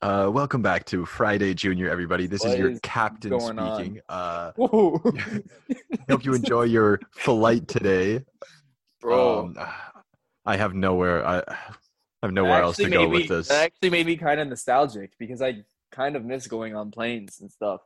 Uh, welcome back to Friday Junior, everybody. This is What your is captain going on? speaking. Uh, Whoa. hope you enjoy your flight today. bro. Um, I have nowhere. I, I have that nowhere else to actually go made with me- this. That actually made me kind of nostalgic because I kind of miss going on planes and stuff.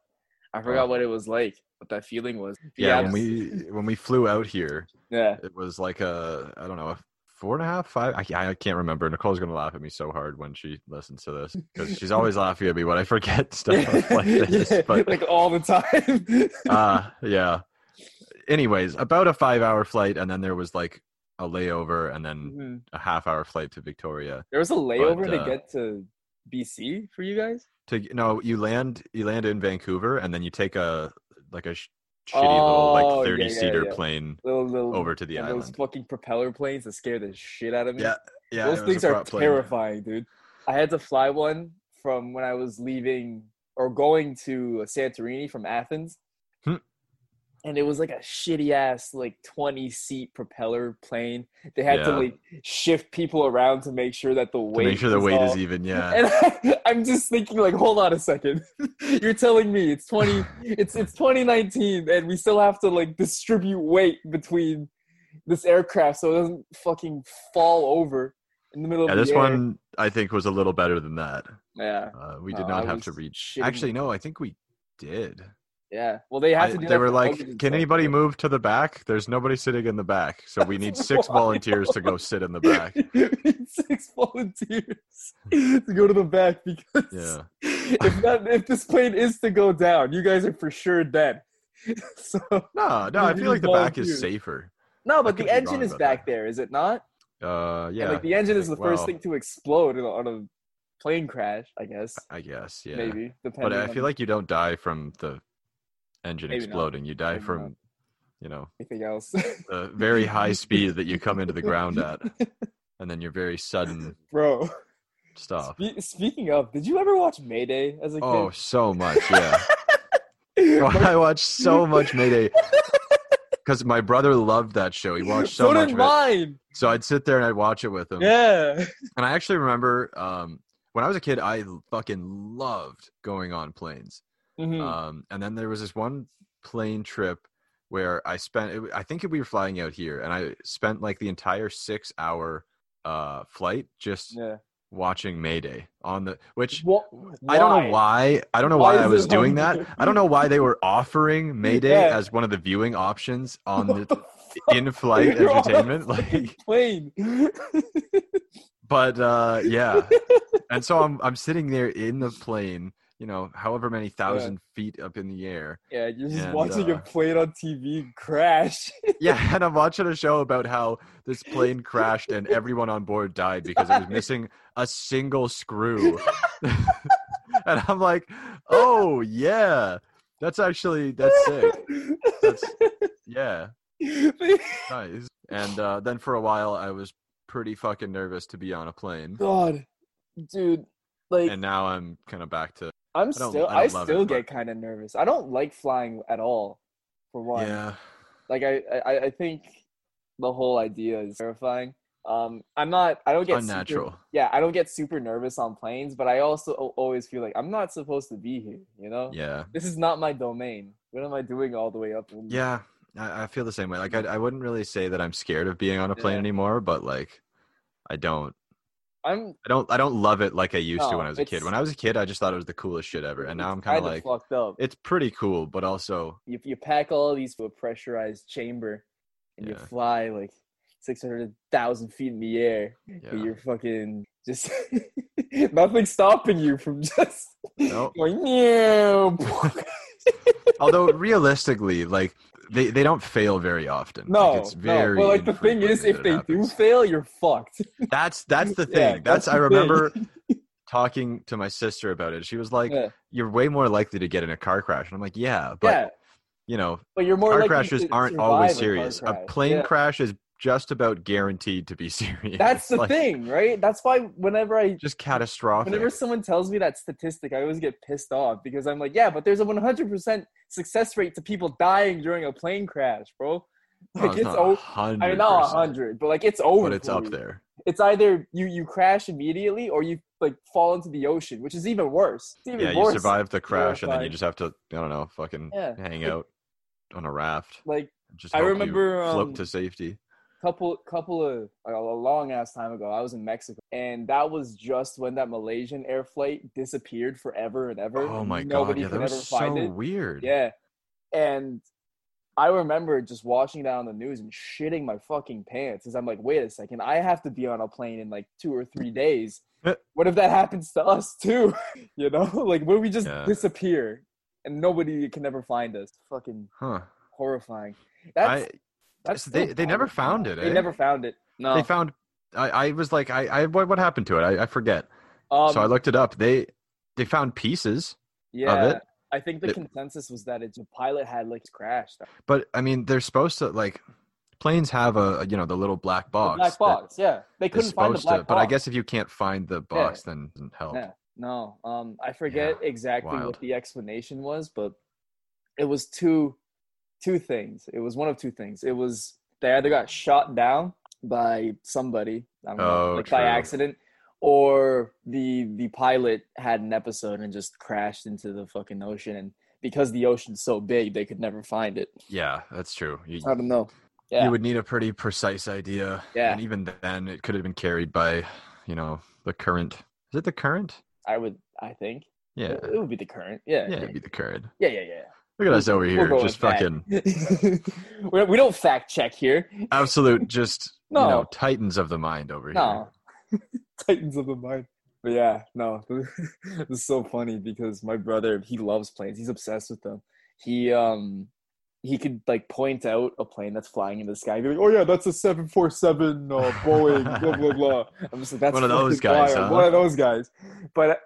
I forgot Oh. what it was like, what that feeling was. yeah, when we when we flew out here, yeah, it was like a I don't know a four and a half, five. I, ca- I can't remember. Nicole's gonna laugh at me so hard when she listens to this because she's always laughing at me when I forget stuff like this. Yeah, But like all the time. uh yeah anyways about a five hour flight and then there was like a layover and then Mhm. a half hour flight to victoria there was a layover uh, to get to BC for you guys. to no you land you land in vancouver and then you take a like a sh- shitty little Oh, like yeah, 30 yeah, seater yeah. plane Little little over to the and island Those fucking propeller planes that scare the shit out of me. yeah yeah Those it was a things are prop plane. terrifying, dude. I had to fly one from when I was leaving or going to Santorini from Athens. Hmm. And it was like a shitty ass, like 20 seat propeller plane. They had to Yeah. like shift people around to make sure that the to weight make sure the was weight all- is even yeah And I, I'm just thinking, like, hold on a second. You're telling me it's 20, it's it's 2019, and we still have to like distribute weight between this aircraft so it doesn't fucking fall over in the middle yeah of the this air. one i think was a little better than that yeah. uh, we did No, not I have was to reach shitting- actually no i think we did Yeah. Well, they have I- to. Do they that were for luggage like, and "Can stuff, anybody right? move to the back? There's nobody sitting in the back, so we need six Why? volunteers to go sit in the back." Six volunteers to go to the back because Yeah, if that if this plane is to go down, you guys are for sure dead. so no, no, I We feel like the need back is volunteers. safer. no, but could be the engine wrong is about back that. there, is it not? Uh, And, yeah, like the engine is the first Well- thing to explode in, on a plane crash, I guess. I guess, yeah. Maybe depending. But I feel on like you don't die from the engine Maybe not. exploding. You die Maybe from, not. you know, anything else, the very high speed that you come into the ground at, and then your very sudden bro. stuff. spe- speaking of, did you ever watch Mayday as a kid? Oh, so much, yeah. My I watched so much Mayday because my brother loved that show. He watched so, much did of it. Um, mine. So I'd sit there and I'd watch it with him. Yeah. And I actually remember um, when I was a kid, I l- fucking loved going on planes. Mhm. Um, and then there was this one plane trip where I spent, it, w- I think we were flying out here, and I spent like the entire six hour uh, flight just yeah. watching Mayday on the, which Wha- I don't know why. I don't know Why why, is I was it doing on that. there? I don't know why they were offering Mayday Yeah. as one of the viewing options on What the the in flight You're on a entertainment. fucking Like, plane. but uh yeah and so i'm i'm sitting there in the plane you know however many thousand feet up in the air yeah, you're just And, watching a uh, plane on TV crash. yeah and i'm watching a show about how this plane crashed and everyone on board died because it was missing a single screw and i'm like oh yeah that's actually that's sick that's yeah nice and uh then for a while i was pretty fucking nervous to be on a plane God, dude, like and now i'm kind of back to I'm don't- still, I I, don't love still it, get kind of nervous. I don't like flying at all, for one. yeah Like I, I, I think the whole idea is terrifying. Um, I'm not. I don't get super- unnatural yeah, I don't get super nervous on planes, but I also al- always feel like I'm not supposed to be here. You know, yeah this is not my domain. What am I doing all the way up? in- Yeah, I, I feel the same way. Like I, I wouldn't really say that I'm scared of being on a plane Yeah. anymore, but like I don't I'm. I don't I don't love it like I used to when No, I was a kid. it's- When I was a kid, I just thought it was the coolest shit ever. And now I'm it's kind of kinda like fucked up. it's pretty cool, but also you you pack all these to a pressurized chamber, and you Yeah. fly like six hundred thousand feet in the air. but yeah. You're fucking just nothing stopping you from just Nope. going. No, Although realistically, like they, they don't fail very often. no, like, it's very. no. But like the thing is, if infrequent that they it do happens. fail, you're fucked. that's that's the Yeah, thing. that's, that's I the thing. remember talking to my sister about it. She was like, Yeah. "You're way more likely to get in a car crash," and I'm like, "Yeah, but yeah, you know, but you're more car likely crashes to aren't survive always a car serious. A crash. plane Yeah. crash is just about guaranteed to be serious. That's the Like, thing, right? That's why whenever I Just catastrophic. whenever someone tells me that statistic, I always get pissed off because I'm like, yeah, but there's a 100% success rate to people dying during a plane crash, bro. Oh, Like it's it's not over. 100%, I mean, not 100, but like it's over. but it's for up you. there. It's either you you crash immediately or you like fall into the ocean, which is even worse. It's even yeah, you worse. survive the crash, and then you Terrifying. just have to, I don't know, fucking Yeah. hang Like- out on a raft. Like Just I hope you remember, um, float to safety. couple couple of a long ass time ago, I was in Mexico, and that was just when that Malaysian air flight disappeared forever and ever. Oh my god, Nobody yeah, that could ever was so find it. weird. Yeah. And I remember just watching that on the news and shitting my fucking pants because I'm like, wait a second, I have to be on a plane in like two or three days. what if that happens to us too? you know, like where we just Yeah. disappear and nobody can ever find us. Fucking Huh. horrifying. I, That's, that's so they- still they never horrifying. found it, They eh? never found it. No. They found. I, I was like, I, I what, what happened to it? I, I forget. um, so I looked it up. They they found pieces, yeah, it. I think the They- consensus was that it's, the pilot had like crashed. The but I mean, they're supposed to like planes have a you know the little black box. black that box. Yeah, they is couldn't find the supposed black to, box. But I guess if you can't find the box, then it doesn't help. Yeah. No, um, I forget exactly wild. what the explanation was, but it was two, two things. It was one of two things. It was they either got shot down by somebody, I don't know, Oh, like true. by accident, or the the pilot had an episode and just crashed into the fucking ocean, and because the ocean's so big, they could never find it. Yeah, that's true. You, I don't know. Um, Yeah. you would need a pretty precise idea. Yeah. And even then, it could have been carried by you know the current. Is it the current? I would. I think Yeah. it, it would be the current. Yeah. Yeah, it'd be the current. Yeah. Yeah. yeah. Look at us over We'll here, go just with that. fucking we we don't fact check here. absolute, just you No. know, titans of the mind over No. Titans of the mind. But yeah, no. it's so funny because my brother, he loves planes. He's obsessed with them. He um he could like point out a plane that's flying in the sky and be like, "Oh yeah, that's a 747 uh, Boeing blah blah blah." I'm just like, "That's One of those fucking guys, wild. huh? One of those guys." But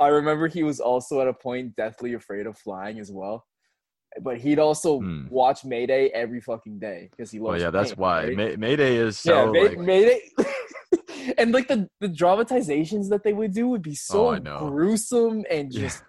I remember he was also at a point deathly afraid of flying as well. But he'd also Hmm. watch Mayday every fucking day because he here. Oh loves. yeah, that's planes, why right? May- Mayday is so yeah, like, made, it. and like the the dramatizations that they would do would be Oh, so I know. gruesome and Yeah. just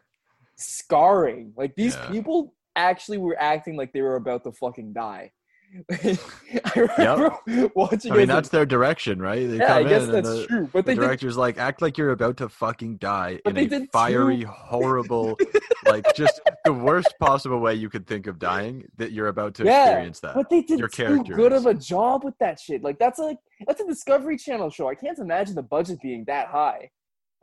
scarring. Like these Yeah. people actually were acting like they were about to fucking die. I remember watching. I mean it as a- that's their direction, right? They yeah, I come guess in and that's the, true. But the they did director's like, act like you're about to fucking die But they in a did fiery, horrible, like just the worst possible way you could think of dying. That you're about to Yeah, experience that. But they did your too good characters. of a job with that shit. Like that's like that's a Discovery Channel show. I can't imagine the budget being that high.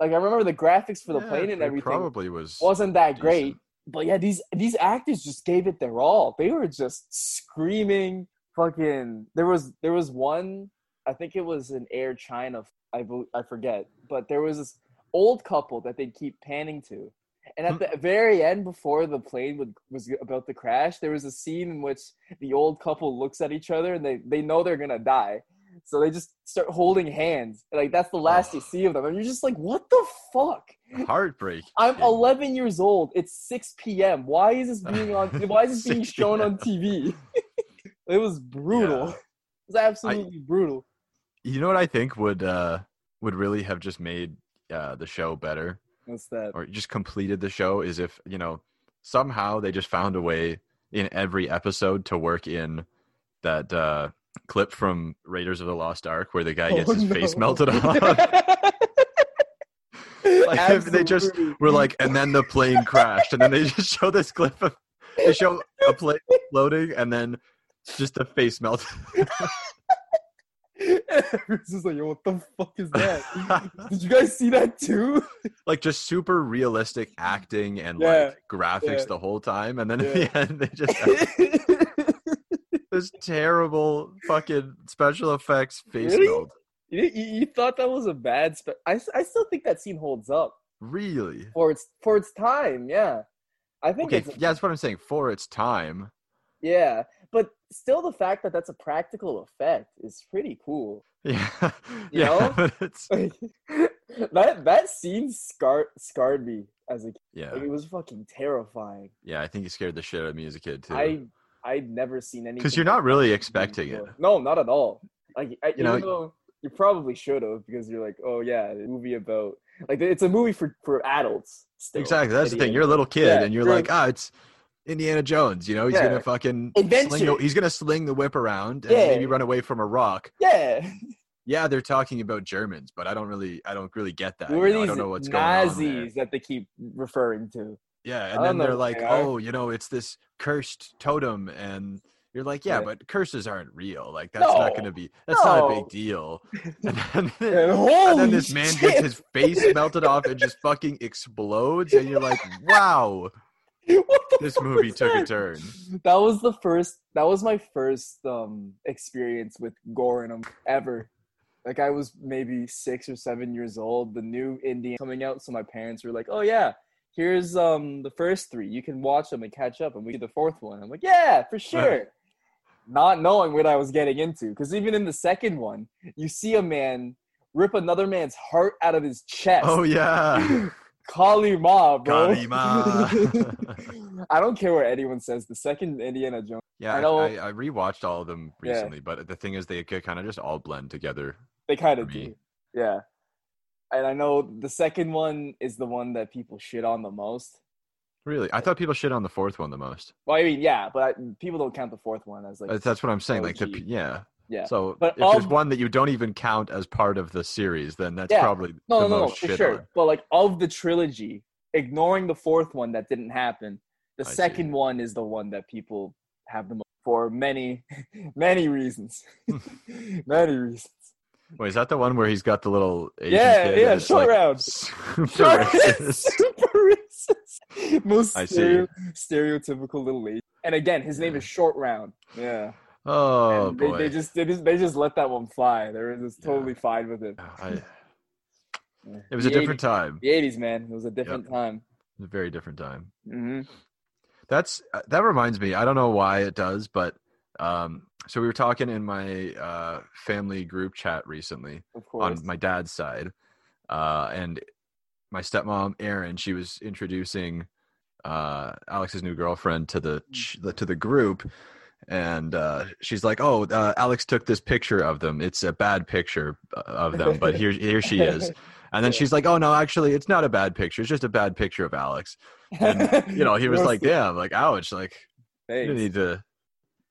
Like I remember the graphics for the Yeah, plane and it everything probably was. wasn't that decent. great. But yeah, these these actors just gave it their all. They were just screaming, fucking. There was there was one, I think it was an Air China, I bel- I forget, but there was this old couple that they'd keep panning to, and at Hmm. the very end, before the plane would, was about to crash, there was a scene in which the old couple looks at each other and they they know they're gonna die. So they just start holding hands. Like that's the last you see of them. And you're just like, what the fuck? heartbreak. I'm Yeah. 11 years old. It's 6 p.m. Why is this being on? Why is this being 6 shown on TV? it was brutal. Yeah. It was absolutely brutal. You know what I think would uh would really have just made uh the show better What's that? or just completed the show is if, you know, somehow they just found a way in every episode to work in that uh clip from Raiders of the Lost Ark where the guy gets Oh, his face no. melted off. Like, if they just Absolutely. We're like, and then the plane crashed, and then they just show this clip of they show a plane floating and then just a face melt. it's just like, yo, what the fuck is that? Did you guys see that too? like just super realistic acting and Yeah, like graphics yeah. the whole time and then at Yeah. the end they just have this terrible fucking special effects face Really? melt you, you, you thought that was a bad spe- I, s- I still think that scene holds up really for its for its time. Yeah, I think okay it's yeah that's what i'm saying for its time Yeah, but still, the fact that that's a practical effect is pretty cool. yeah You yeah know? but it's that that scene scarred scarred me as a kid. yeah Like, it was fucking terrifying. yeah i think you scared the shit out of me as a kid too I I'd never seen anything. because you're not like really that before. expecting it No, not at all. Like I, You know- even though you probably should have because you're like, oh yeah, a movie about like it's a movie for for adults. still, exactly that's the at thing you're a end. little kid Yeah, and you're you're- like ah it's indiana jones you know he's Yeah. gonna fucking sling Adventure. the, he's gonna sling the whip around and Yeah. maybe run away from a rock Yeah, yeah, they're talking about Germans, but I don't really, I don't really get that. Who are you know, these I don't know what's Nazis going on. There. that they keep referring to? Yeah, don't and then know they're who like, they are. oh, you know, it's this cursed totem, and you're like, yeah, Yeah. but curses aren't real. Like that's not No. going to be, that's not a No. big deal. And then, And and holy then this man shit! gets his face melted off and just fucking explodes, and you're like, wow, what the this fuck movie was took a that? turn. That was the first. That was my first um experience with gore in 'em ever. Like I was maybe six or seven years old. The new Indian coming out, so my parents were like, "Oh yeah, here's um the first three. You can watch them and catch up, and we do the fourth one." I'm like, "Yeah, for sure." Not knowing what I was getting into, because even in the second one, you see a man rip another man's heart out of his chest. Oh yeah. Kali Ma, bro. Kalima. I don't care what anyone says. The second Indiana Jones. Yeah, I I, know- I, I rewatched all of them Yeah. recently, but the thing is, they kind of just all blend together. They kind of For me. do. Yeah. And I know the second one is the one that people shit on the most. Really, I thought people shit on the fourth one the most. Well, I mean, yeah, but I, people don't count the fourth one as like That's- That's what I'm saying. Like the OG. p- yeah, Yeah. So But if there's of- one that you don't even count as part of the series, then that's Yeah. probably no, the no, no, most for shit sure. on. But like of the trilogy, ignoring the fourth one that didn't happen, the I see. second one is the one that people have the most for many, many reasons. many reasons. Wait, is that the one where he's got the little Asian Yeah, kid yeah, and it's, short round. super Sure, racist? super racist. Most I see. stereo- stereotypical little lady. And again, his name is Short Round. Yeah. Oh And they, boy, They just, they just they just let that one fly. They were just Yeah. totally fine with it. I- Yeah. it was the a different time. 80s, the eighties, man. It was a different time. It was a very different time. hmm That's uh, that reminds me. I don't know why it does, but um, so we were talking in my uh, family group chat recently Of course. on my dad's side, uh, and my stepmom Erin, she was introducing uh, Alex's new girlfriend to Mm-hmm. the ch- the- to the group, and uh, she's like, "Oh, uh, Alex took this picture of them. It's a bad picture uh, of them, but here here she is." And then Yeah. she's like, "Oh no, actually, it's not a bad picture. It's just a bad picture of Alex." and, you know, he was like, "Damn, like, ouch, like, you didn't Thanks. need to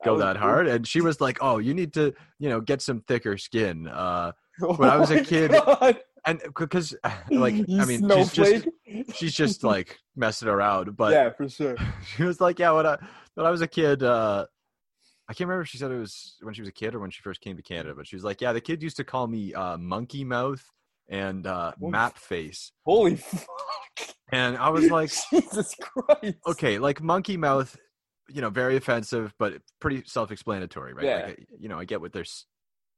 I go was- that hard." And she was like, "Oh, you need to, you know, get some thicker skin." Uh, When I was a Oh my kid, God. and because, like, You I mean, she's just snowflake. she's just like messing around, but yeah, for sure. she was like, "Yeah, when I when I was a kid, uh, I can't remember if she said it was when she was a kid or when she first came to Canada, but she was like, yeah, the kid used to call me uh, monkey mouth and uh, What? map face." Holy fuck. And I was like, Jesus Christ. okay, like monkey mouth, you know, very offensive, but pretty self-explanatory, right? Yeah. Like, I- you know, I get what they're s-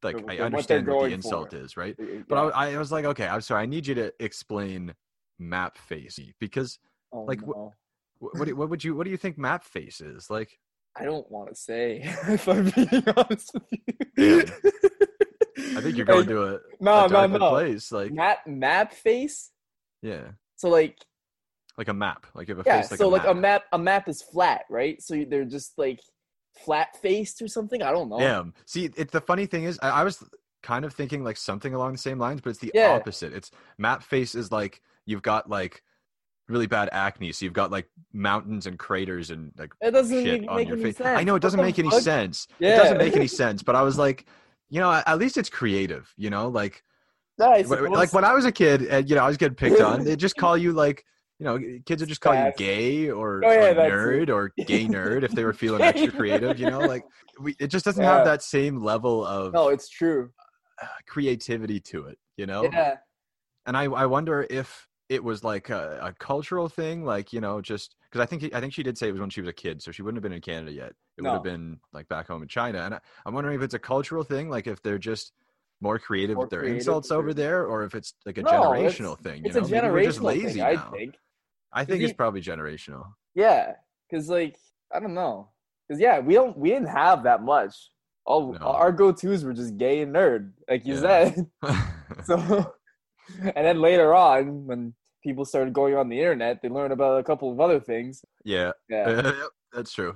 like. What- what I they're understand what going the insult for. is, right? Yeah. But I, I was like, okay, I'm sorry. I need you to explain map face because Oh, like, wh- no. wh- what do- what would you what do you think map face is like? I don't want to say. If I'm being honest with you, Damn. I think you're going Like, to a, no, a no, darker no. place, like Map, map face. yeah, So like, like a map, like you have a yeah. face like so a like map. a map, a map is flat, right? So they're just like flat faced or something. I don't know. Damn. See, it's the funny thing is, I, I was kind of thinking like something along the same lines, but it's the Yeah. opposite. It's map face is like you've got like really bad acne, so you've got like mountains and craters and like It doesn't shit make, on make your any face. sense. I know What it doesn't the make any fuck? sense. Yeah. It doesn't make any sense, but I was like, you know, at least it's creative. You know, like No, I w- suppose. like when I was a kid, and you know, I was getting picked on. They just call you like. You know, kids would just call you Spaz. gay or, Oh, yeah, or that's nerd or gay nerd if they were feeling Gay extra creative. You know, nerd. like we, it just doesn't Yeah. have that same level of no, it's true. uh, creativity to it, you know? Yeah. And I, I wonder if it was like a, a cultural thing, like, you know, just because I think I think she did say it was when she was a kid, so she wouldn't have been in Canada yet. It would No. have been like back home in China. And I, I'm wondering if it's a cultural thing, like if they're just more creative More with their creative insults with over their- there, or if it's like a No, it's- generational thing. You It's know, a Maybe we're just generational lazy thing, now. I think. I think he- it's probably generational. Yeah, because like I don't know, because yeah, we don't we didn't have that much. All No. our go tos were just gay and nerd, like you Yeah. said. So, and then later on, when people started going on the internet, they learned about a couple of other things. yeah, Yeah, Yep, that's true.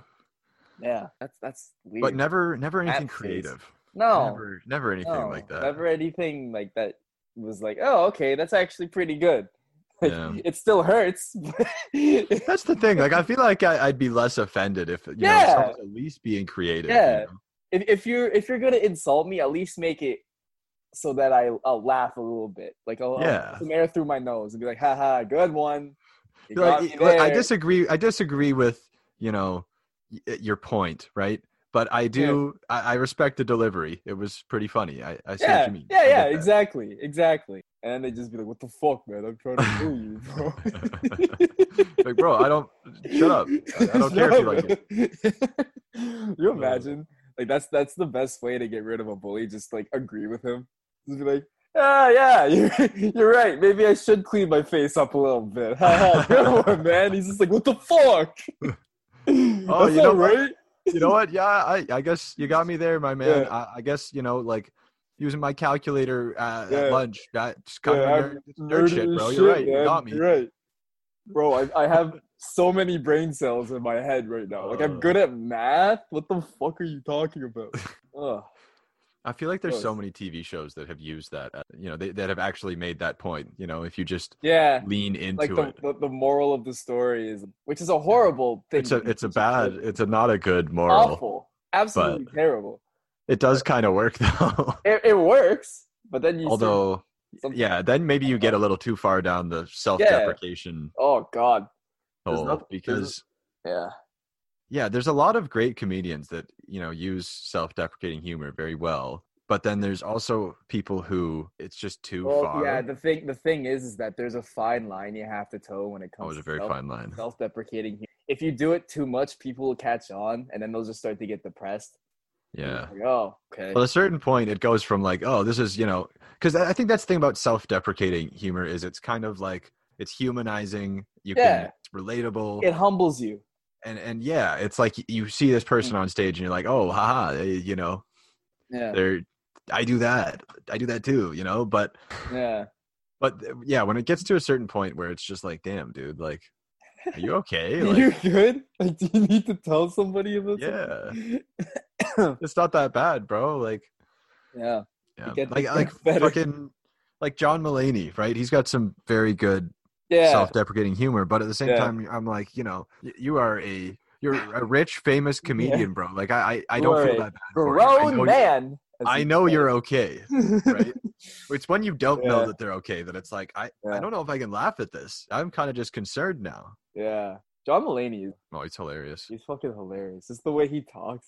yeah, that's that's weird. But never, never anything That's- creative. no, never, never anything no, like that. Never anything like that was like, oh, okay, that's actually pretty good. Like, Yeah. It still hurts. but- yeah, That's the thing. Like, I feel like I, I'd be less offended if you know, Yeah. someone's at least being creative. you Yeah. know? if, if you're if you're gonna insult me, at least make it so that I I'll laugh a little bit, like I'll, I'll Yeah. some air through my nose and be like, haha, good one. You You're like, got me "Look, I there." disagree. I disagree with you know y- your point, right? But I do. I, I respect the delivery. It was pretty funny. I, I see yeah, what you mean. Yeah, I yeah, get that. exactly, exactly. And then they just be like, "What the fuck, man? I'm trying to kill you, bro." like, bro, I don't. Shut up. I, I don't care if you like it. Uh, it. you imagine? Like that's that's the best way to get rid of a bully. Just like agree with him. Just be like, "Ah, yeah, you're, you're right. Maybe I should clean my face up a little bit." Ha, ha, Good one, man. He's just like, "What the fuck?" oh, you you know what? right? You know what? Yeah, I, I guess you got me there, my man. Yeah. I, I guess you know, like using my calculator uh, Yeah. at lunch. That just kind Yeah, of I'm nerd nerdy shit, as bro. You're right. You man. got me. You're right. Bro, I, I have so many brain cells in my head right now. Like, I'm Uh. good at math? What the fuck are you talking about? Ugh. I feel like there's so Gross. many TV shows that have used that. uh, You know, they, that have actually made that point. You know, if you just Yeah. lean into Like, the, it. the, the moral of the story is, which is a horrible thing. It's a to it's a teach bad. kids. It's a not a good moral. Awful. Absolutely terrible. It does kind of work though. It, it works, but then you. see Although, some- yeah, then maybe you get a little too far down the self-deprecation Oh, God. There's hole nothing- there's- because Yeah. yeah there's a lot of great comedians that you know use self-deprecating humor very well but then there's also people who it's just too Well, far yeah, the thing, the thing is, is that there's a fine line you have to toe when it that comes was a to very self- fine line self-deprecating hu- if you do it too much people will catch on and then they'll just start to get depressed And yeah it's like, oh okay well at a certain point it goes from like oh this is you know because i think that's the thing about self-deprecating humor is it's kind of like it's humanizing you Yeah. can it's relatable it humbles you and and yeah it's like you see this person on stage and you're like oh haha they, you know Mm. yeah they're i do that i do that too you know but yeah But th- yeah, when it gets to a certain point where it's just like, damn, dude, like, are you okay? Are Like, you good like do you need to tell somebody about yeah, something? it's not that bad, bro. Like, yeah yeah. get- like, it like gets better. fucking, like John Mulaney, right? He's got some very good yeah self-deprecating humor, but at the same Yeah. time, I'm like, you know, y- you are a you're a rich, famous comedian, bro. Like, I I, I You don't are feel a that bad for you. I know, grown you- man as I he know said. you're okay, right? it's when you don't know Yeah. that they're okay that it's like, I I Yeah. don't know if I can laugh at this. I'm kind of just concerned now. yeah john mulaney is Oh, it's hilarious. he's fucking hilarious just the way he talks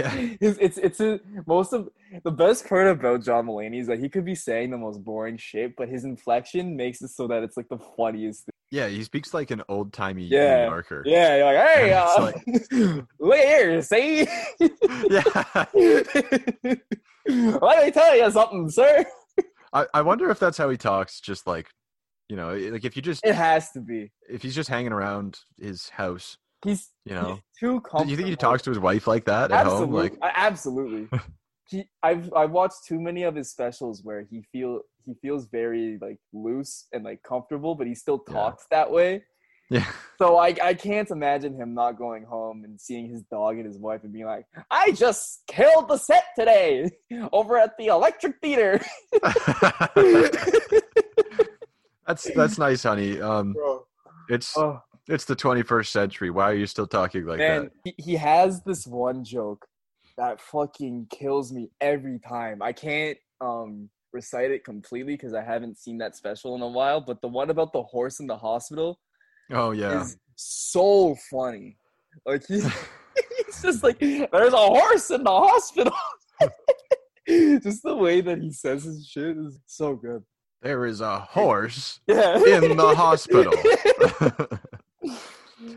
Yeah. His, it's it's a, most of the best part about John Mulaney is that he could be saying the most boring shit, but his inflection makes it so that it's like the funniest thing. Yeah, he speaks like an old timey Yeah. New Yorker. Yeah, you're like, hey, It's uh, look here, see? Yeah. Let me tell you something, sir. I, I wonder if that's how he talks, just like you know, like if you just It has to be. if he's just hanging around his house, He's, you know. he's too Do comfortable. you think he talks to his wife like that at absolutely, home? Like I- absolutely. he, I've I've watched too many of his specials where he feel he feels very like loose and like comfortable, but he still Yeah. talks that way. yeah. So I, I can't imagine him not going home and seeing his dog and his wife and being like, I just killed the set today over at the electric theater. that's that's nice, honey. Um Bro. it's Oh, it's the twenty first century. Why are you still talking like man, he, he has this one joke that fucking kills me every time. I can't um, recite it completely because I haven't seen that special in a while, but the one about the horse in the hospital that? Oh yeah. is so funny. Like he, he's just like, there's a horse in the hospital. just the way that he says his shit is so good. There is a horse Yeah. in the hospital.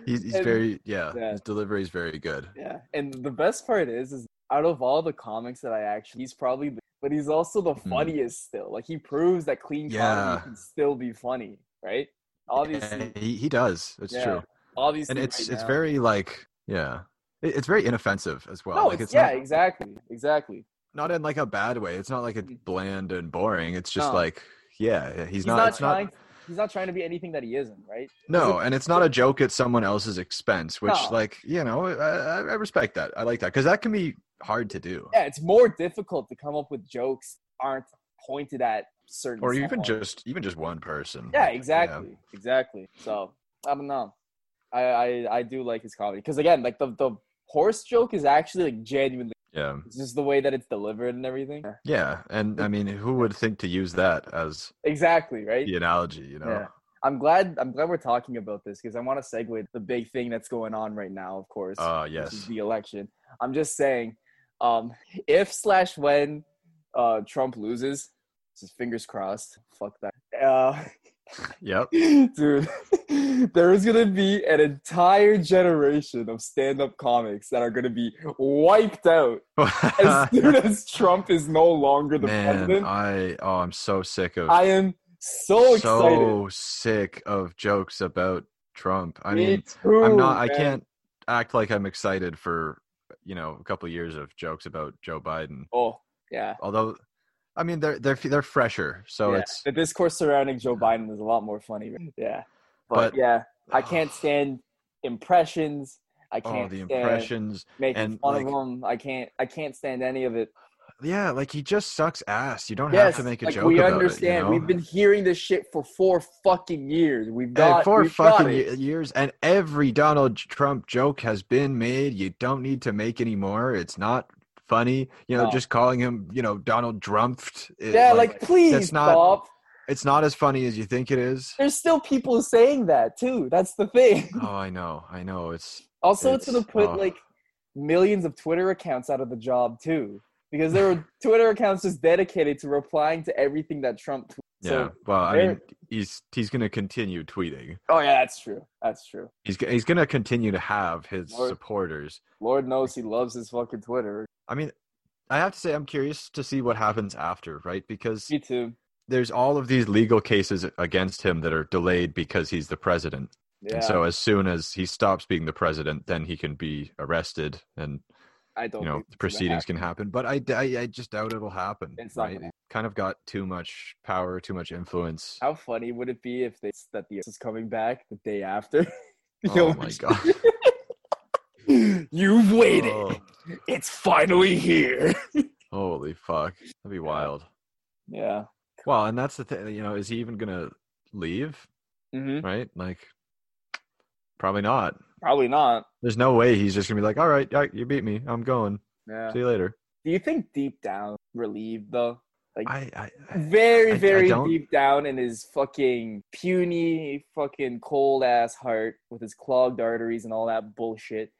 he's he's And- very yeah, yeah. His delivery is very good. yeah. And the best part is, is out of all the comics that I actually, he's probably, the, but he's also the Hmm. funniest still. Like he proves that clean Yeah. comedy can still be funny, right? Obviously, Yeah, he, he does. It's Yeah, true, obviously, and it's right it's now. very like yeah, It- it's very inoffensive as well. no, like it's, yeah, not, exactly, exactly. not in like a bad way. It's not like it's Mm. bland and boring. It's just No. like yeah, yeah, he's, He's not. not, it's trying. not he's not trying to be anything that he isn't, right? no, and it's not a joke at someone else's expense. Which No. like you know, I, I I respect that. I like that because that can be hard to do, yeah, it's more difficult to come up with jokes that aren't pointed at certain or even someone. just even just one person. yeah, exactly, exactly. So I don't know. I I, I do like his comedy because again, like the the horse joke is actually like genuinely Yeah. It's just the way that it's delivered and everything. Yeah. And I mean, who would think to use that as Exactly, right? the analogy, you know? Yeah. I'm glad I'm glad we're talking about this because I want to segue the big thing that's going on right now, of course. Uh, Which is yes. the election. I'm just saying, um, if slash when uh, Trump loses, just fingers crossed. Fuck that. Uh, Yep. dude, there is gonna be an entire generation of stand-up comics that are gonna be wiped out as soon as Trump is no longer the Man, president. I oh, I'm so sick of I am so excited. so sick of jokes about Trump. I Me mean, too, I'm not. I man. can't act like I'm excited for you know a couple years of jokes about Joe Biden. Oh yeah. Although, I mean, they're they're they're fresher, so yeah. it's. the discourse surrounding Joe Biden was a lot more funny. Yeah, But- but, uh, yeah, I can't stand impressions. I Oh, can't the stand impressions. making and, fun of like- them. I can't. I can't stand any of it. Yeah, like he just sucks ass. You don't Yes, have to make a like joke we about understand. it. You know? We've been hearing this shit for four fucking years. We've And got for we've got fucking it. ye- years, and every Donald Trump joke has been made. You don't need to make any more. It's not funny. You know, No. just calling him, you know, Donald Trumped. it- Yeah, like, please that's not- stop. it's not as funny as you think it is. There's still people saying that too. That's the thing. Oh, I know, I know. It's Also, it's, It's- gonna put oh. like millions of Twitter accounts out of the job too, because there were Twitter accounts just dedicated to replying to everything that Trump. Tweeted. yeah. So, well, I there- mean, he's he's gonna continue tweeting. oh yeah, that's true. That's true. He's g- he's gonna continue to have his Or- supporters. Lord knows he loves his fucking Twitter. I mean, I have to say, I'm curious to see what happens after, right? Because Me too. there's all of these legal cases against him that are delayed because he's the president. Yeah, And so as soon as he stops being the president, then he can be arrested and I don't. you know think it's gonna proceedings happen. can happen. But I, I, I just doubt it'll happen. It's not right? gonna It kind of got too much power, too much influence. How funny would it be if they that the is coming back the day after? The Oh my election. god. You've waited. Oh, It's finally here. holy fuck. That'd be wild. Yeah. Well, and that's the thing, you know, is he even gonna leave? hmm Right? Like probably not. Probably not. There's no way he's just gonna be like, All right, all right you beat me. I'm going. Yeah. See you later. Do you think deep down relieved though? I, I, I Very, I very don't- deep down in his fucking puny, fucking cold ass heart with his clogged arteries and all that bullshit.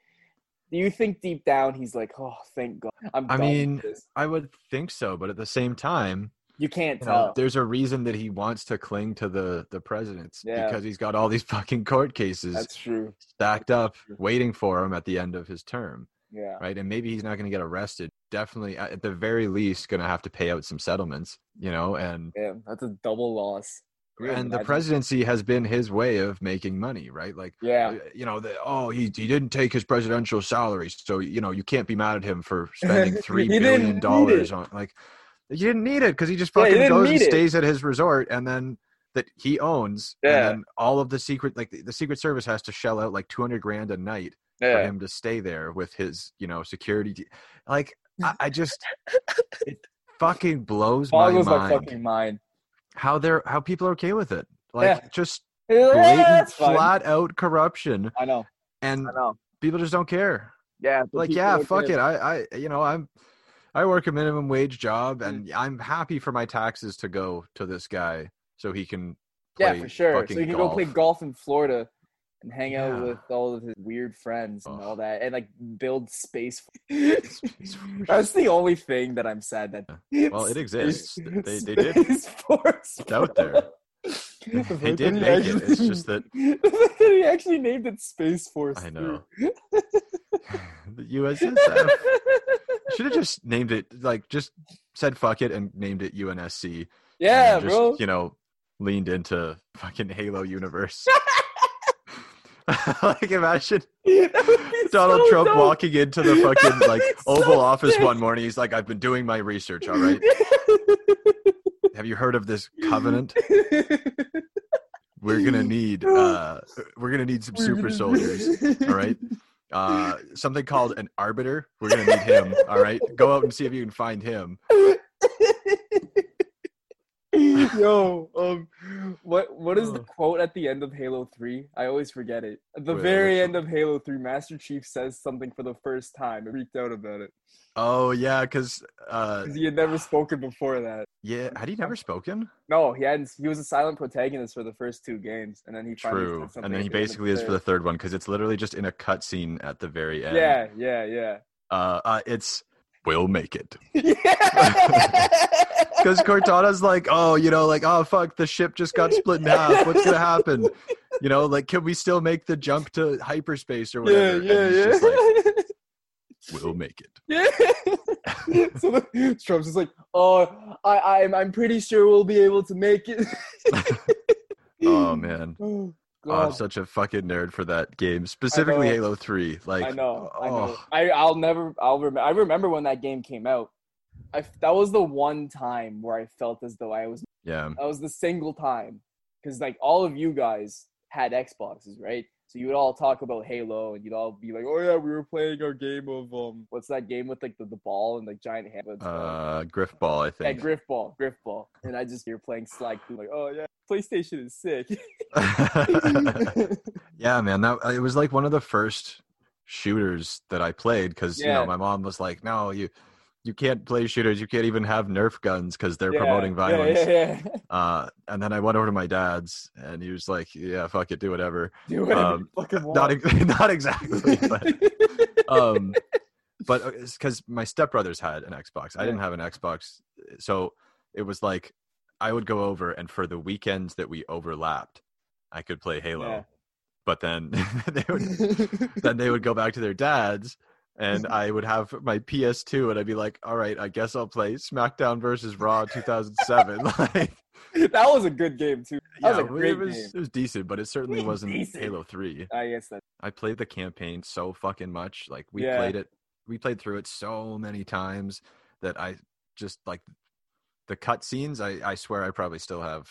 Do you think deep down he's like, oh, thank God, I'm. I done with mean, this." I would think so, but at the same time, you can't you tell. know, there's a reason that he wants to cling to the the presidents Yeah. because he's got all these fucking court cases That's true. stacked up waiting for him at the end of his term, Yeah. right? And maybe he's not going to get arrested. Definitely, at at the very least, going to have to pay out some settlements, you know. And Yeah, that's a double loss. Can you and the imagine? presidency has been his way of making money, right? Like. Yeah. uh, You know, the, oh, he he didn't take his presidential salary, so you know you can't be mad at him for spending three He didn't billion need dollars it. on like you didn't need it because he just Yeah, he fucking didn't goes and need it. stays at his resort and then that he owns Yeah. and then all of the secret like the, the secret service has to shell out like 200 grand a night for Yeah. him to stay there with his you know security te- like I, I just it fucking blows my Boggles my mind fucking mind. how they're how people are okay with it like just Yeah, blatant that's fine. flat out corruption I know. and I know. people just don't care Yeah. but like people yeah look fuck at it i i you know i'm i work a minimum wage job and Mm. i'm happy for my taxes to go to this guy so he can Yeah, play for sure. So fucking you can go play golf. golf in Florida and hang out Yeah. with all of his weird friends and Ugh. all that, and like build space. Space Force. That's the only thing that I'm sad that. well it exists Th- they, they did Space Force, it's out there bro. The They fact did that he make it, it's actually- just that- the fact that he actually named it Space Force. i too. know the ussf should have just named it like just said fuck it and named it unsc and yeah, then just, bro. you know leaned into fucking halo universe like imagine That would be Donald so Trump dope. walking into the That fucking would like be so Oval Office sick. one morning. He's like, I've been doing my research, all right. Have you heard of this covenant? We're gonna need uh we're gonna need some super soldiers. All right. Uh something called an arbiter. We're gonna need him. All right. Go out and see if you can find him. Yo, um, what what is the Oh. quote at the end of Halo Three? I always forget it. At the Wait, very which end of Halo Three, Master Chief says something for the first time. I freaked out about it Oh yeah, because uh, because he had never spoken before that. yeah, had he never spoken? No, he hadn't. He was a silent protagonist for the first two games, and then he finally True, Said something and then at he the end of basically is for the third. third one because it's literally just in a cutscene at the very end. Yeah, yeah, yeah. uh, uh it's we'll make it yeah. because Cortana's like, oh, you know, like oh fuck, the ship just got split in half. What's gonna happen? You know, like can we still make the jump to hyperspace or yeah, whatever? And yeah, he's yeah. just like, we'll make it. Yeah. so the, Trump's just like, oh, I, I'm, I'm pretty sure we'll be able to make it. Oh man. Oh, Oh, I'm God. such a fucking nerd for that game, specifically know. Halo 3. Like, I know. I know. oh, I, I'll never. I'll remember. I remember when that game came out. I, f- that was the one time where I felt as though I was. yeah, That was the single time because like all of you guys had Xboxes, right? So you would all talk about Halo, and you'd all be like, "Oh yeah, we were playing our game of um, what's that game with like the, the ball and like giant hand?" What's it called? uh, Griff Ball, I Yeah, think. Griff Ball, Griff Ball. And I just hear playing Sly Cooper, like, oh yeah, PlayStation is sick. yeah, man, that it was like one of the first shooters that I played because you Yeah. know my mom was like, "No, you, you can't play shooters. You can't even have Nerf guns because they're Yeah, promoting yeah, violence." Yeah, yeah, Uh, and then I went over to my dad's, and he was like, "Yeah, fuck it, do whatever." Do whatever Um, you fucking Not want. ex- not exactly, but um but because my stepbrothers had an xbox i Yeah. didn't have an xbox so it was like i would go over and for the weekends that we overlapped i could play halo Yeah. but then they would then they would go back to their dads and i would have my ps2 and i'd be like all right i guess i'll play smackdown versus raw 2007 like that was a good game too. That was a well, great it was game. it was decent but it certainly wasn't Decent. halo 3 I guess that. I played the campaign so fucking much. Like we Yeah. played it, we played through it so many times that I just like the cutscenes. I I swear I probably still have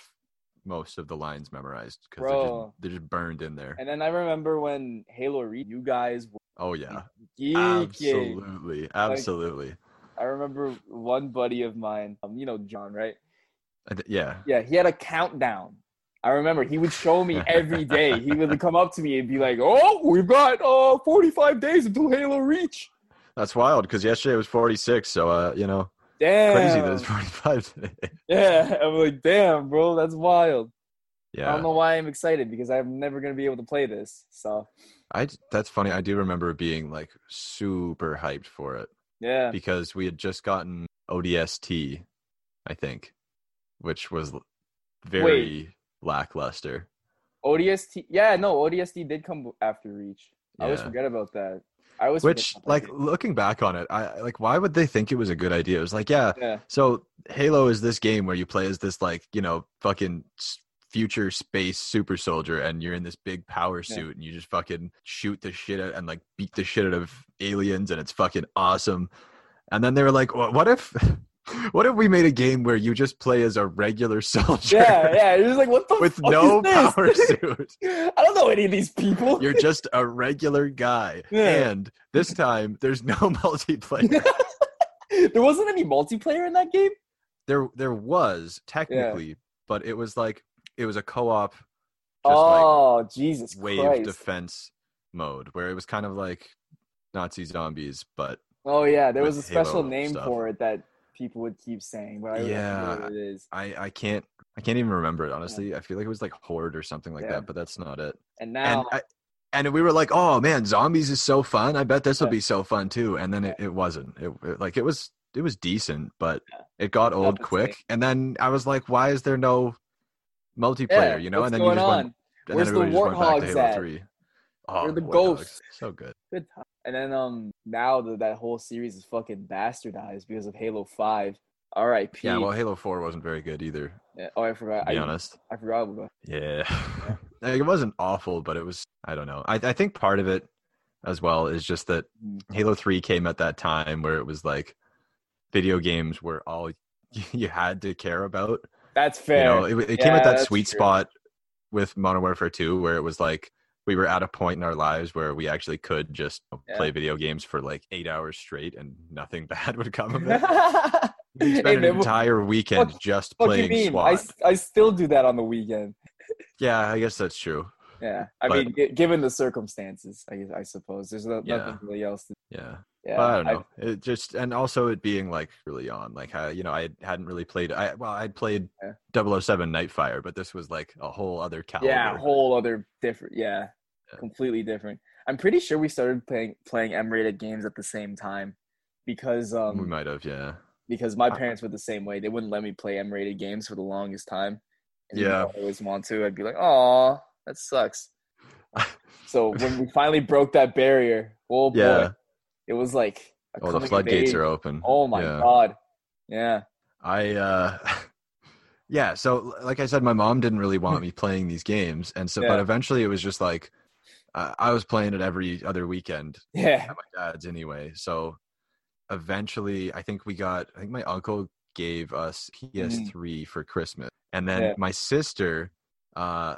most of the lines memorized because they're just, Bro. they're just burned in there. And then I remember when Halo Reach, you guys were oh yeah, geeking. absolutely, absolutely. I remember one buddy of mine, um, you know John, right? I th- yeah, Yeah, he had a countdown. I remember he would show me every day. He would come up to me and be like, "Oh, we've got uh 45 days until Halo Reach." that's wild. Because yesterday was forty six, so uh, you know, Damn. crazy that it's forty five today. Yeah, I'm like, "Damn, bro, that's wild." I don't yeah, know why I'm excited because I'm never gonna be able to play this. So I d- that's funny. I do remember being like super hyped for it. yeah, because we had just gotten ODST, I think, which was l- very lackluster. ODST. Yeah, no, ODST did come after Reach. I always Yeah. forget about that. I always forget Which, about that like, game. looking back on it, I like, why would they think it was a good idea? It was like, yeah, yeah, so Halo is this game where you play as this, like, you know, fucking s- future space super soldier and you're in this big power Yeah. suit and you just fucking shoot the shit out and like beat the shit out of aliens and it's fucking awesome. And then they were like, "Wha- what if. What if we made a game where you just play as a regular soldier? yeah, yeah. It was like, what the with fuck no is this? power suit. I don't know any of these people. You're just a regular guy. Yeah. And this time there's no multiplayer. there wasn't any multiplayer in that game. there there was technically, but it was like it was a co-op just oh Jesus like wave Christ! defense mode where it was kind of like Nazi zombies, but oh yeah, there was a with special Halo name stuff. for it that people would keep saying, but I don't Yeah. know what it is. I, I can't I can't even remember it honestly. I feel like it was like Horde or something like Yeah. that, but that's not it. And now, And I, and we were like, oh man, zombies is so fun. I bet this will Yeah. be so fun too. And then it, it wasn't. It, it- like it was it was decent, but it got old the quick. same. And then I was like, why is there no multiplayer? yeah, you know? what's and then going you just on? went. And Where's the then everybody just went back to warthogs Halo at? Three. Oh, They're the warthogs, ghosts. So good. Good time. And then um, now that that whole series is fucking bastardized because of Halo Five. R.I.P. Yeah. Well, Halo Four wasn't very good either. Yeah, oh, I forgot. To be I, honest. I forgot about. Yeah. like, it wasn't awful, but it was. I don't know. I I think part of it as well is just that Mm. Halo 3 came at that time where it was like video games were all you had to care about. That's fair. You know, it, it came at that Yeah, that's sweet true. spot with Modern Warfare 2 where it was like we were at a point in our lives where we actually could just Yeah. play video games for like eight hours straight and nothing bad would come of it. yeah, You spend an man, what- entire weekend fuck- just What do you playing mean? SWAT. I, s- I still do that on the weekend. yeah, I guess that's true. Yeah, I But- mean, gi- given the circumstances, I guess I suppose there's no, Yeah. nothing really else. To, Yeah. yeah, But I don't know. It just and also it being like really on. Like I, you know, I hadn't really played. I well, I'd played Yeah. 007 Nightfire, but this was like a whole other caliber. yeah, whole other different. Yeah, Yeah. completely different. I'm pretty sure we started playing playing M-rated games at the same time because um we might have. Yeah. because my Mm, I- parents were the same way. They wouldn't let me play M-rated games for the longest time. And even Yeah. though I always want to. I'd be like, "Aw, that sucks." so when we finally broke that barrier, oh boy, Yeah. it was like a Oh, coming the of floodgates age. are open. Oh my Yeah. god, yeah. I uh yeah, so like I said, my mom didn't really want me playing these games, and so but Yeah. eventually it was just like uh, I was playing it every other weekend Yeah. at my dad's anyway. So eventually, I think we got I think my uncle gave us PS3 for Christmas, and then Mm. Yeah. my sister uh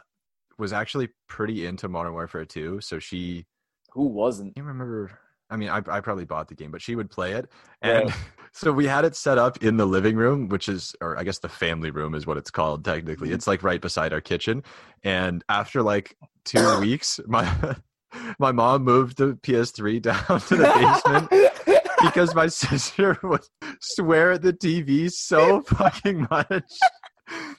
was actually pretty into Modern Warfare 2, so she Who wasn't? I can't remember. I mean, I, I probably bought the game, but she would play it. And so we had it set up in the living room, which is, or I guess the family room is what it's called technically. Mhm. It's like right beside our kitchen. And after like two weeks, my my mom moved the PS3 down to the basement because my sister would swear at the TV so fucking much.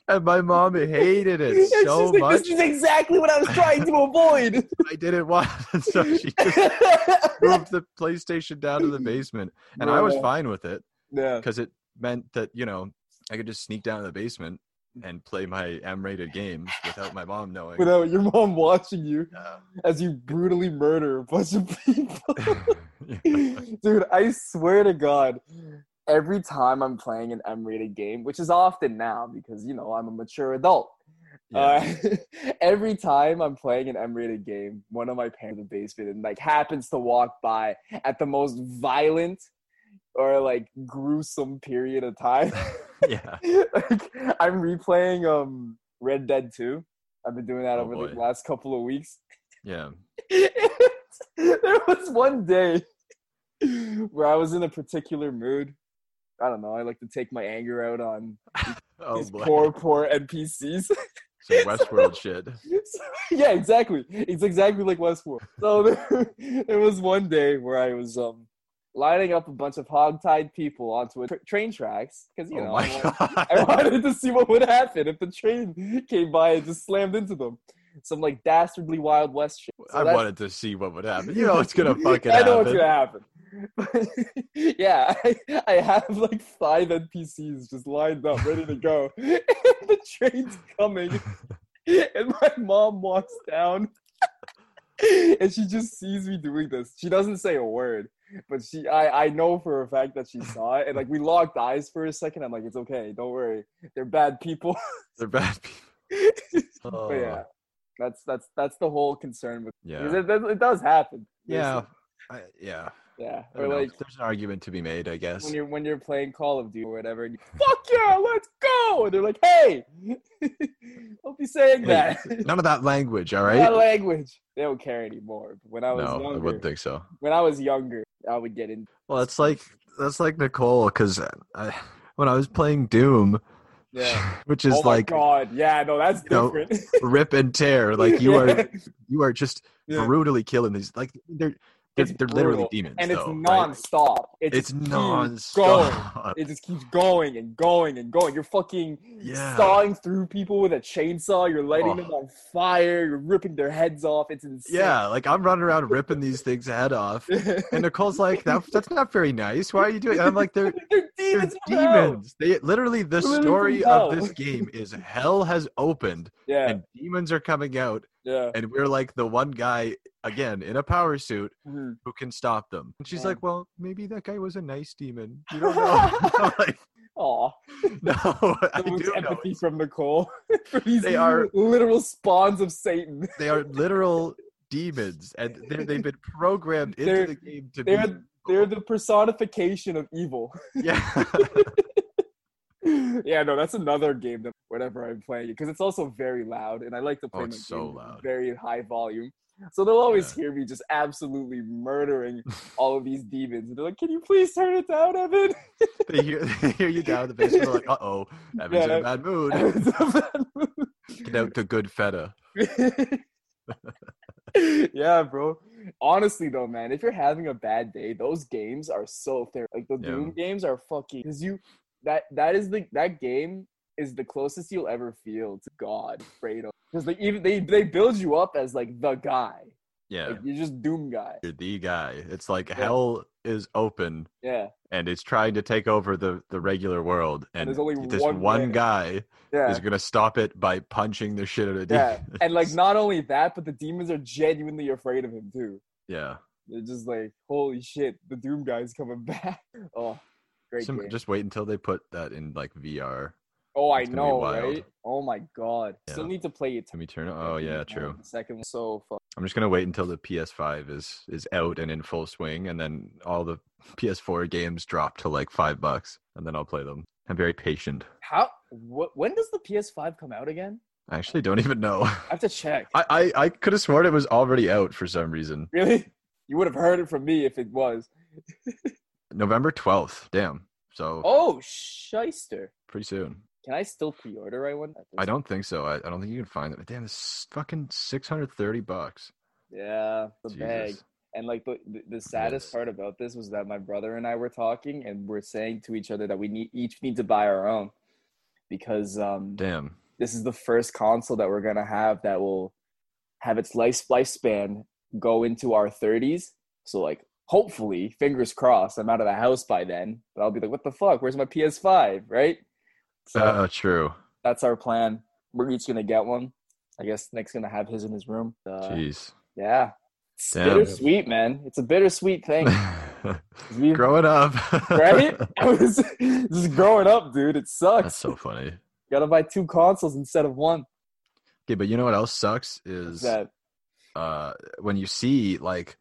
And my mom hated it It's so just like, much. This is exactly what I was trying to avoid. I didn't want it. So she just moved the PlayStation down to the basement. And I was Yeah. fine with it Yeah. because it meant that, you know, I could just sneak down to the basement and play my M rated games without my mom knowing. Without your mom watching you Yeah. as you brutally murder a bunch of people. Yeah. Dude, I swear to God, every time I'm playing an M rated game, which is often now because, you know, I'm a mature adult. Uh, every time I'm playing an M-rated game, one of my parents in the basement and like happens to walk by at the most violent or like gruesome period of time. yeah. like I'm replaying um Red Dead 2. I've been doing that Oh, over the boy. last couple of weeks. Yeah. there was one day where I was in a particular mood. I don't know. I like to take my anger out on Oh, these boy. poor, poor NPCs. Some Westworld shit. So- yeah, exactly. It's exactly like Westworld. So there, there was one day where I was um lining up a bunch of hog-tied people onto a tra- train tracks because you oh, know my I wa- God. I wanted to see what would happen if the train came by and just slammed into them. Some like dastardly Wild West shit. So I that's- wanted to see what would happen. You know, it's going to fucking I happen. know what's gonna happen. yeah, I, I have like five NPCs just lined up, ready to go. and the train's coming, and my mom walks down, and she just sees me doing this. She doesn't say a word, but she, I, I know for a fact that she saw it. And like we locked eyes for a second. I'm like, it's okay, don't worry. They're bad people. They're bad people. Oh, But yeah, that's that's that's the whole concern with because Yeah. it, does- it does happen. There's- Yeah. I, yeah. yeah. I Or don't know. like There's an argument to be made, I guess. when you're when you're playing Call of Duty or whatever, and you, fuck yeah, let's go, and they're like, hey, don't be saying Hey, that. None of that language, all That right? language. They don't care anymore. But when I was no, I younger, wouldn't think so. when I was younger, I would get in. Well, that's like that's like Nicole because I, when I was playing Doom, Yeah. which is oh my like god. Yeah. No, that's you know, different. rip and tear, like you Yeah. are you are just Yeah. brutally killing these. Like they're they're, It's they're literally brutal. demons, and it's though, right? nonstop. It It's just keeps going. non-stop. It just keeps going and going and going. You're fucking Yeah. sawing through people with a chainsaw. You're lighting Oh. them on fire. You're ripping their heads off. It's insane. Yeah, like I'm running around ripping these things head off, and Nicole's like, that, "That's not very nice. Why are you doing?" And I'm like, "They're They're they're demons. from hell. demons. They literally the Literally from story of hell. this game is hell has opened, Yeah, and demons are coming out, yeah. and we're like the one guy again in a power suit Mhm. who can stop them. And she's Yeah. like, "Well, maybe that guy was a nice demon. You don't know." I'm like, Aw, "No, I that was do know. empathy from Nicole. For these They are- literal spawns of Satan. They are literal demons, and they're- they've been programmed into They're- the game to be." They're they're the personification of evil. yeah, yeah, no, that's another game that whenever I'm playing it because it's also very loud, and I like to play Oh, my it's so games at loud. very high volume. So they'll always hear me just absolutely murdering all of these demons. And they're like, "Can you please turn it down, Evan?" They hear, they hear you down in the basement. They're like, uh oh, Evan's in Yeah. a bad mood. Evan's a bad mood. Get out to good feta. yeah, bro. Honestly, though, man, if you're having a bad day, those games are so fair. Like the Yeah. Doom games are fucking because you that that is the that game is the closest you'll ever feel to God, Fredo. Because they even they they build you up as like the guy. Yeah, Like, you're just Doom guy. you're the guy. It's like hell is open Yeah. and it's trying to take over the, the regular world. And there's only this one one, way. guy Yeah. is going to stop it by punching the shit out of Yeah. demons. And like not only that, but the demons are genuinely afraid of him too. Yeah. They're just like, holy shit, the Doom guy's coming back. Oh, great Some, game. just wait until they put that in like VR. Oh, I It's gonna be know, wild. right? Oh my god. Yeah. Still need to play it. Can we turn it? Oh, yeah, true. Second one. So fuck. I'm just gonna wait until the PS5 is is out and in full swing, and then all the PS4 games drop to like five bucks, and then I'll play them. I'm very patient. How? Wh- when does the PS5 come out again? I actually don't even know. I have to check. I I, I could have sworn it was already out for some reason. really? You would have heard it from me if it was. November 12th. Damn. So Oh, shyster. pretty soon. Can I still pre-order? I want. I don't think so. I, I don't think you can find it. Damn, it's fucking 630 bucks. Yeah, the bag. Jesus. And like the the- the saddest Yes. part about this was that my brother and I were talking, and we're saying to each other that we need each need to buy our own because um Damn. this is the first console that we're gonna have that will have its life lifespan go into our 30s. So like hopefully, fingers crossed, I'm out of the house by then. But I'll be like, what the fuck? Where's my PS5? Right? So Uh, true. that's our plan. We're each gonna get one. I guess Nick's gonna have his in his room. Uh, Jeez. yeah. It's Damn. bittersweet, man. It's a bittersweet thing. We- Growing up. right? I was just growing up, dude. It That's sucks. so funny. Gotta buy two consoles instead of one. Okay, but you know what else sucks is That uh when you see like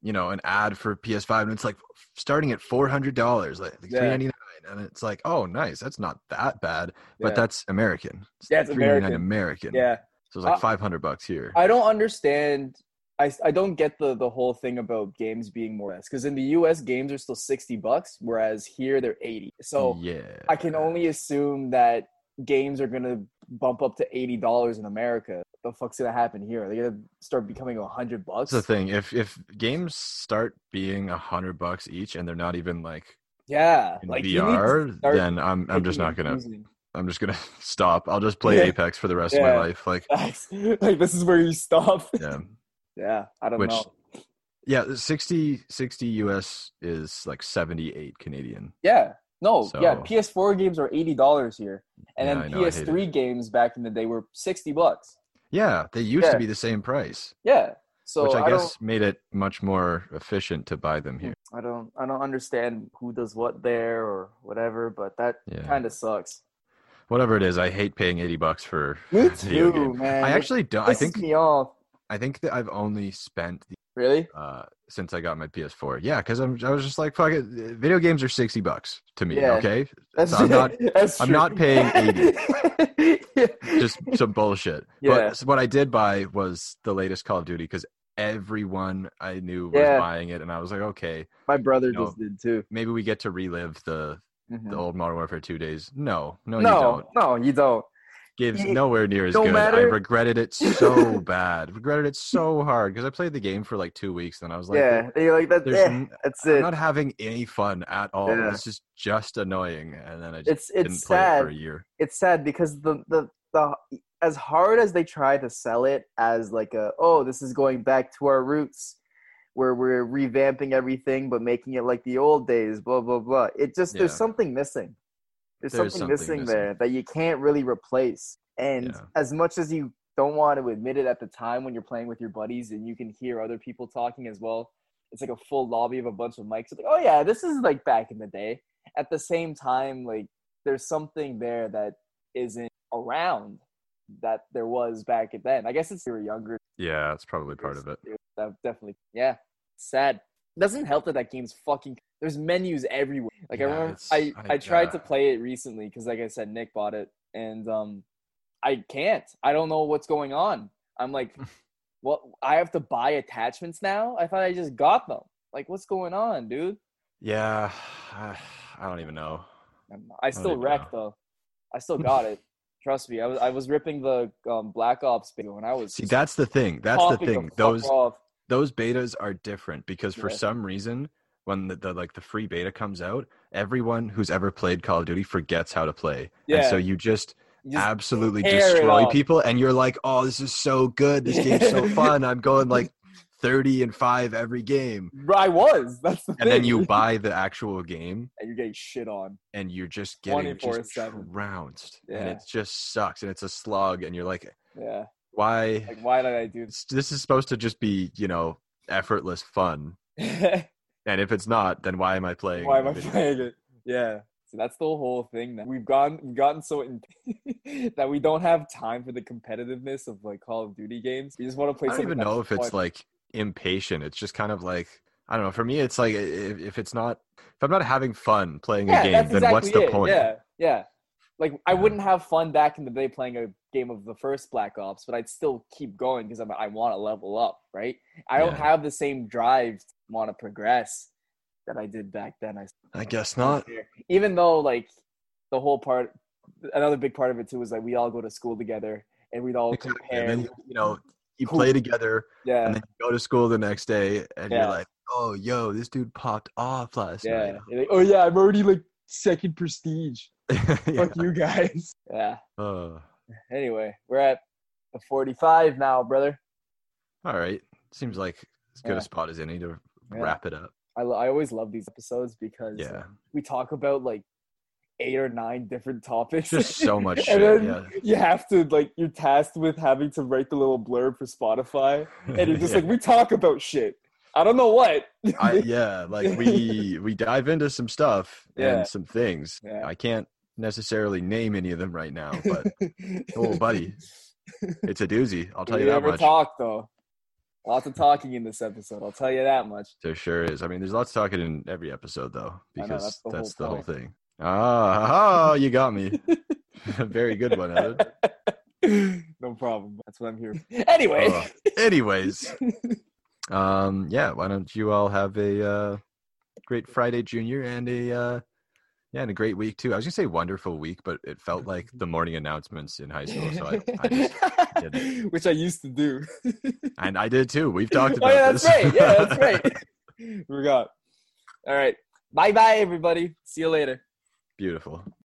you know an ad for PS5 and it's like starting at four hundred dollars, like, Yeah. three ninety nine, and it's like oh nice, that's not that bad, but Yeah. that's American. It's Yeah, it's $399 American. yeah. so it's like I- five hundred bucks here. I don't understand. I, I don't get the, the whole thing about games being more because in the U.S. games are still sixty bucks, whereas here they're eighty. So yeah, I can only assume that games are gonna bump up to eighty dollars in America. What the fuck's gonna happen here? Are they gonna start becoming a hundred That's bucks? the thing. If if games start being a hundred bucks each, and they're not even like Yeah, in like you need to VR, start then I'm I'm just making not it gonna confusing. I'm just gonna stop. I'll just play Yeah. Apex for the rest of Yeah. my life. Like Facts. like this is where you stop. yeah. Yeah, I don't Which- know. Yeah, 60, 60 US is like 78 Canadian. Yeah. No, yeah, So- PS4 games are eighty dollars here. And Yeah, I then know, I hate PS3 games back in the day were sixty bucks. Yeah, they used Yeah. to be the same price, Yeah. So which I, I, guess made it much more efficient to buy them here. don't I don't I don't understand who does what there or whatever, but that Yeah. kind of sucks. Whatever it is, I hate paying 80 bucks for Me a video too, game. man. I It actually don't I pisses think me off. I think that I've only spent the, Really? uh since I got my PS4. Yeah, cuz I'm I was just like fuck it, video games are 60 bucks to me, Yeah. okay? That's, I'm not- that's I'm true. not paying 80. Yeah. just some bullshit. Yeah. But so what I did buy was the latest Call of Duty cuz everyone I knew was Yeah. buying it and I was like, "Okay, My brother No. just did too. maybe we get to relive the Mhm. the old Modern Warfare 2 days. No, no, you No, don't. no, you don't. Gives you- nowhere near as don't good. I matter. regretted it so bad. Regretted it so hard because I played the game for like two weeks and I was like, yeah, you're like that. there's eh, n- that's I'm it. not having any fun at all. Yeah. This is just annoying. And then I just It's didn't it's play it sad. for a year. it's sad because the the the as hard as they try to sell it as like a oh this is going back to our roots where we're revamping everything but making it like the old days blah blah blah it just there's Yeah. something missing there's, There is something, something missing, missing. there that you can't really replace and Yeah. as much as you don't want to admit it at the time when you're playing with your buddies and you can hear other people talking as well it's like a full lobby of a bunch of mics it's like oh yeah this is like back in the day at the same time like there's something there that isn't around that there was back then. I guess it's you were younger. Yeah, that's probably part of it. That definitely, yeah. Sad. Doesn't help that that game's fucking. There's menus everywhere. Like Yeah, I remember, it's- uh, I I- I tried yeah. to play it recently because, like I said, Nick bought it, and um, I can't. I don't know what's going on. I'm like, What I have to buy attachments now? I thought I just got them. Like, what's going on, dude? Yeah, I, I don't even know. I'm- I still even wrecked though. I still got it. Trust me. I was I was ripping the um, Black Ops beta when I was. See, that's the thing. That's the popping thing. fuck Those off. those betas are different because for Yeah. some reason, when the, the like the free beta comes out, everyone who's ever played Call of Duty forgets how to play. And Yeah. so you just, Just- absolutely tear it destroy up. people and you're like, "Oh, this is so good. This game's so Yeah. fun. I'm going like 30 and 5 every game." I was. That's the thing. And then you buy the actual game and you're getting shit on. and you're just getting just 24/7. trounced and Yeah. it just sucks and it's a slog and you're like Yeah. why Like, why did I do it's- this is supposed to just be you know effortless fun this? and if it's not then why am i playing Why a am I video playing it? Yeah. So that's the whole thing. Now. We've gone we've gotten so in- that we don't have time for the competitiveness of like Call of Duty games. We just want to play. i don't something even know if that's it's fun. like impatient it's just kind of like i don't know for me it's like i- if, if it's not if i'm not having fun playing yeah, a game that's then exactly what's the it. point Yeah, yeah. Like I Yeah. wouldn't have fun back in the day playing a game of the first Black Ops, but I'd still keep going because I'm I want to level up, right? I don't Yeah. have the same drive to want to progress that I did back then. I i guess not even though like the whole part another big part of it too is like we all go to school together and we'd all Exactly. compare and then you, you know you Who- play together yeah and then you go to school the next day and Yeah. you're like oh yo this dude popped off last yeah night You're like, oh yeah i'm already like second prestige Yeah. fuck you guys yeah Uh, anyway we're at the 45 now brother all right seems like as good Yeah. a spot as any to Yeah. wrap it up I, lo- I always love these episodes because yeah we talk about like eight or nine different topics just so much shit and then yeah you have to like you're tasked with having to write the little blurb for spotify and you're just Yeah. like we talk about shit i don't know what I, yeah like we we dive into some stuff Yeah. and some things Yeah. i can't necessarily name any of them right now but oh buddy it's a doozy i'll tell we you that never much talk though. Lots of talking in this episode. I'll tell you that much. there sure is i mean there's lots of talking in every episode though I know, because that's the whole that's the whole point. thing ah ah, you got me very good one Evan. no problem. That's what I'm here. For. Anyway, Oh, anyways um yeah why don't you all have a uh great friday junior and a uh yeah and a great week too i was gonna say wonderful week but it felt like the morning announcements in high school so i, I just didn't. which I used to do. and i did too we've talked oh about yeah, this that's right. Yeah, that's right. Forgot. All right. Bye, bye, everybody. See you later. beautiful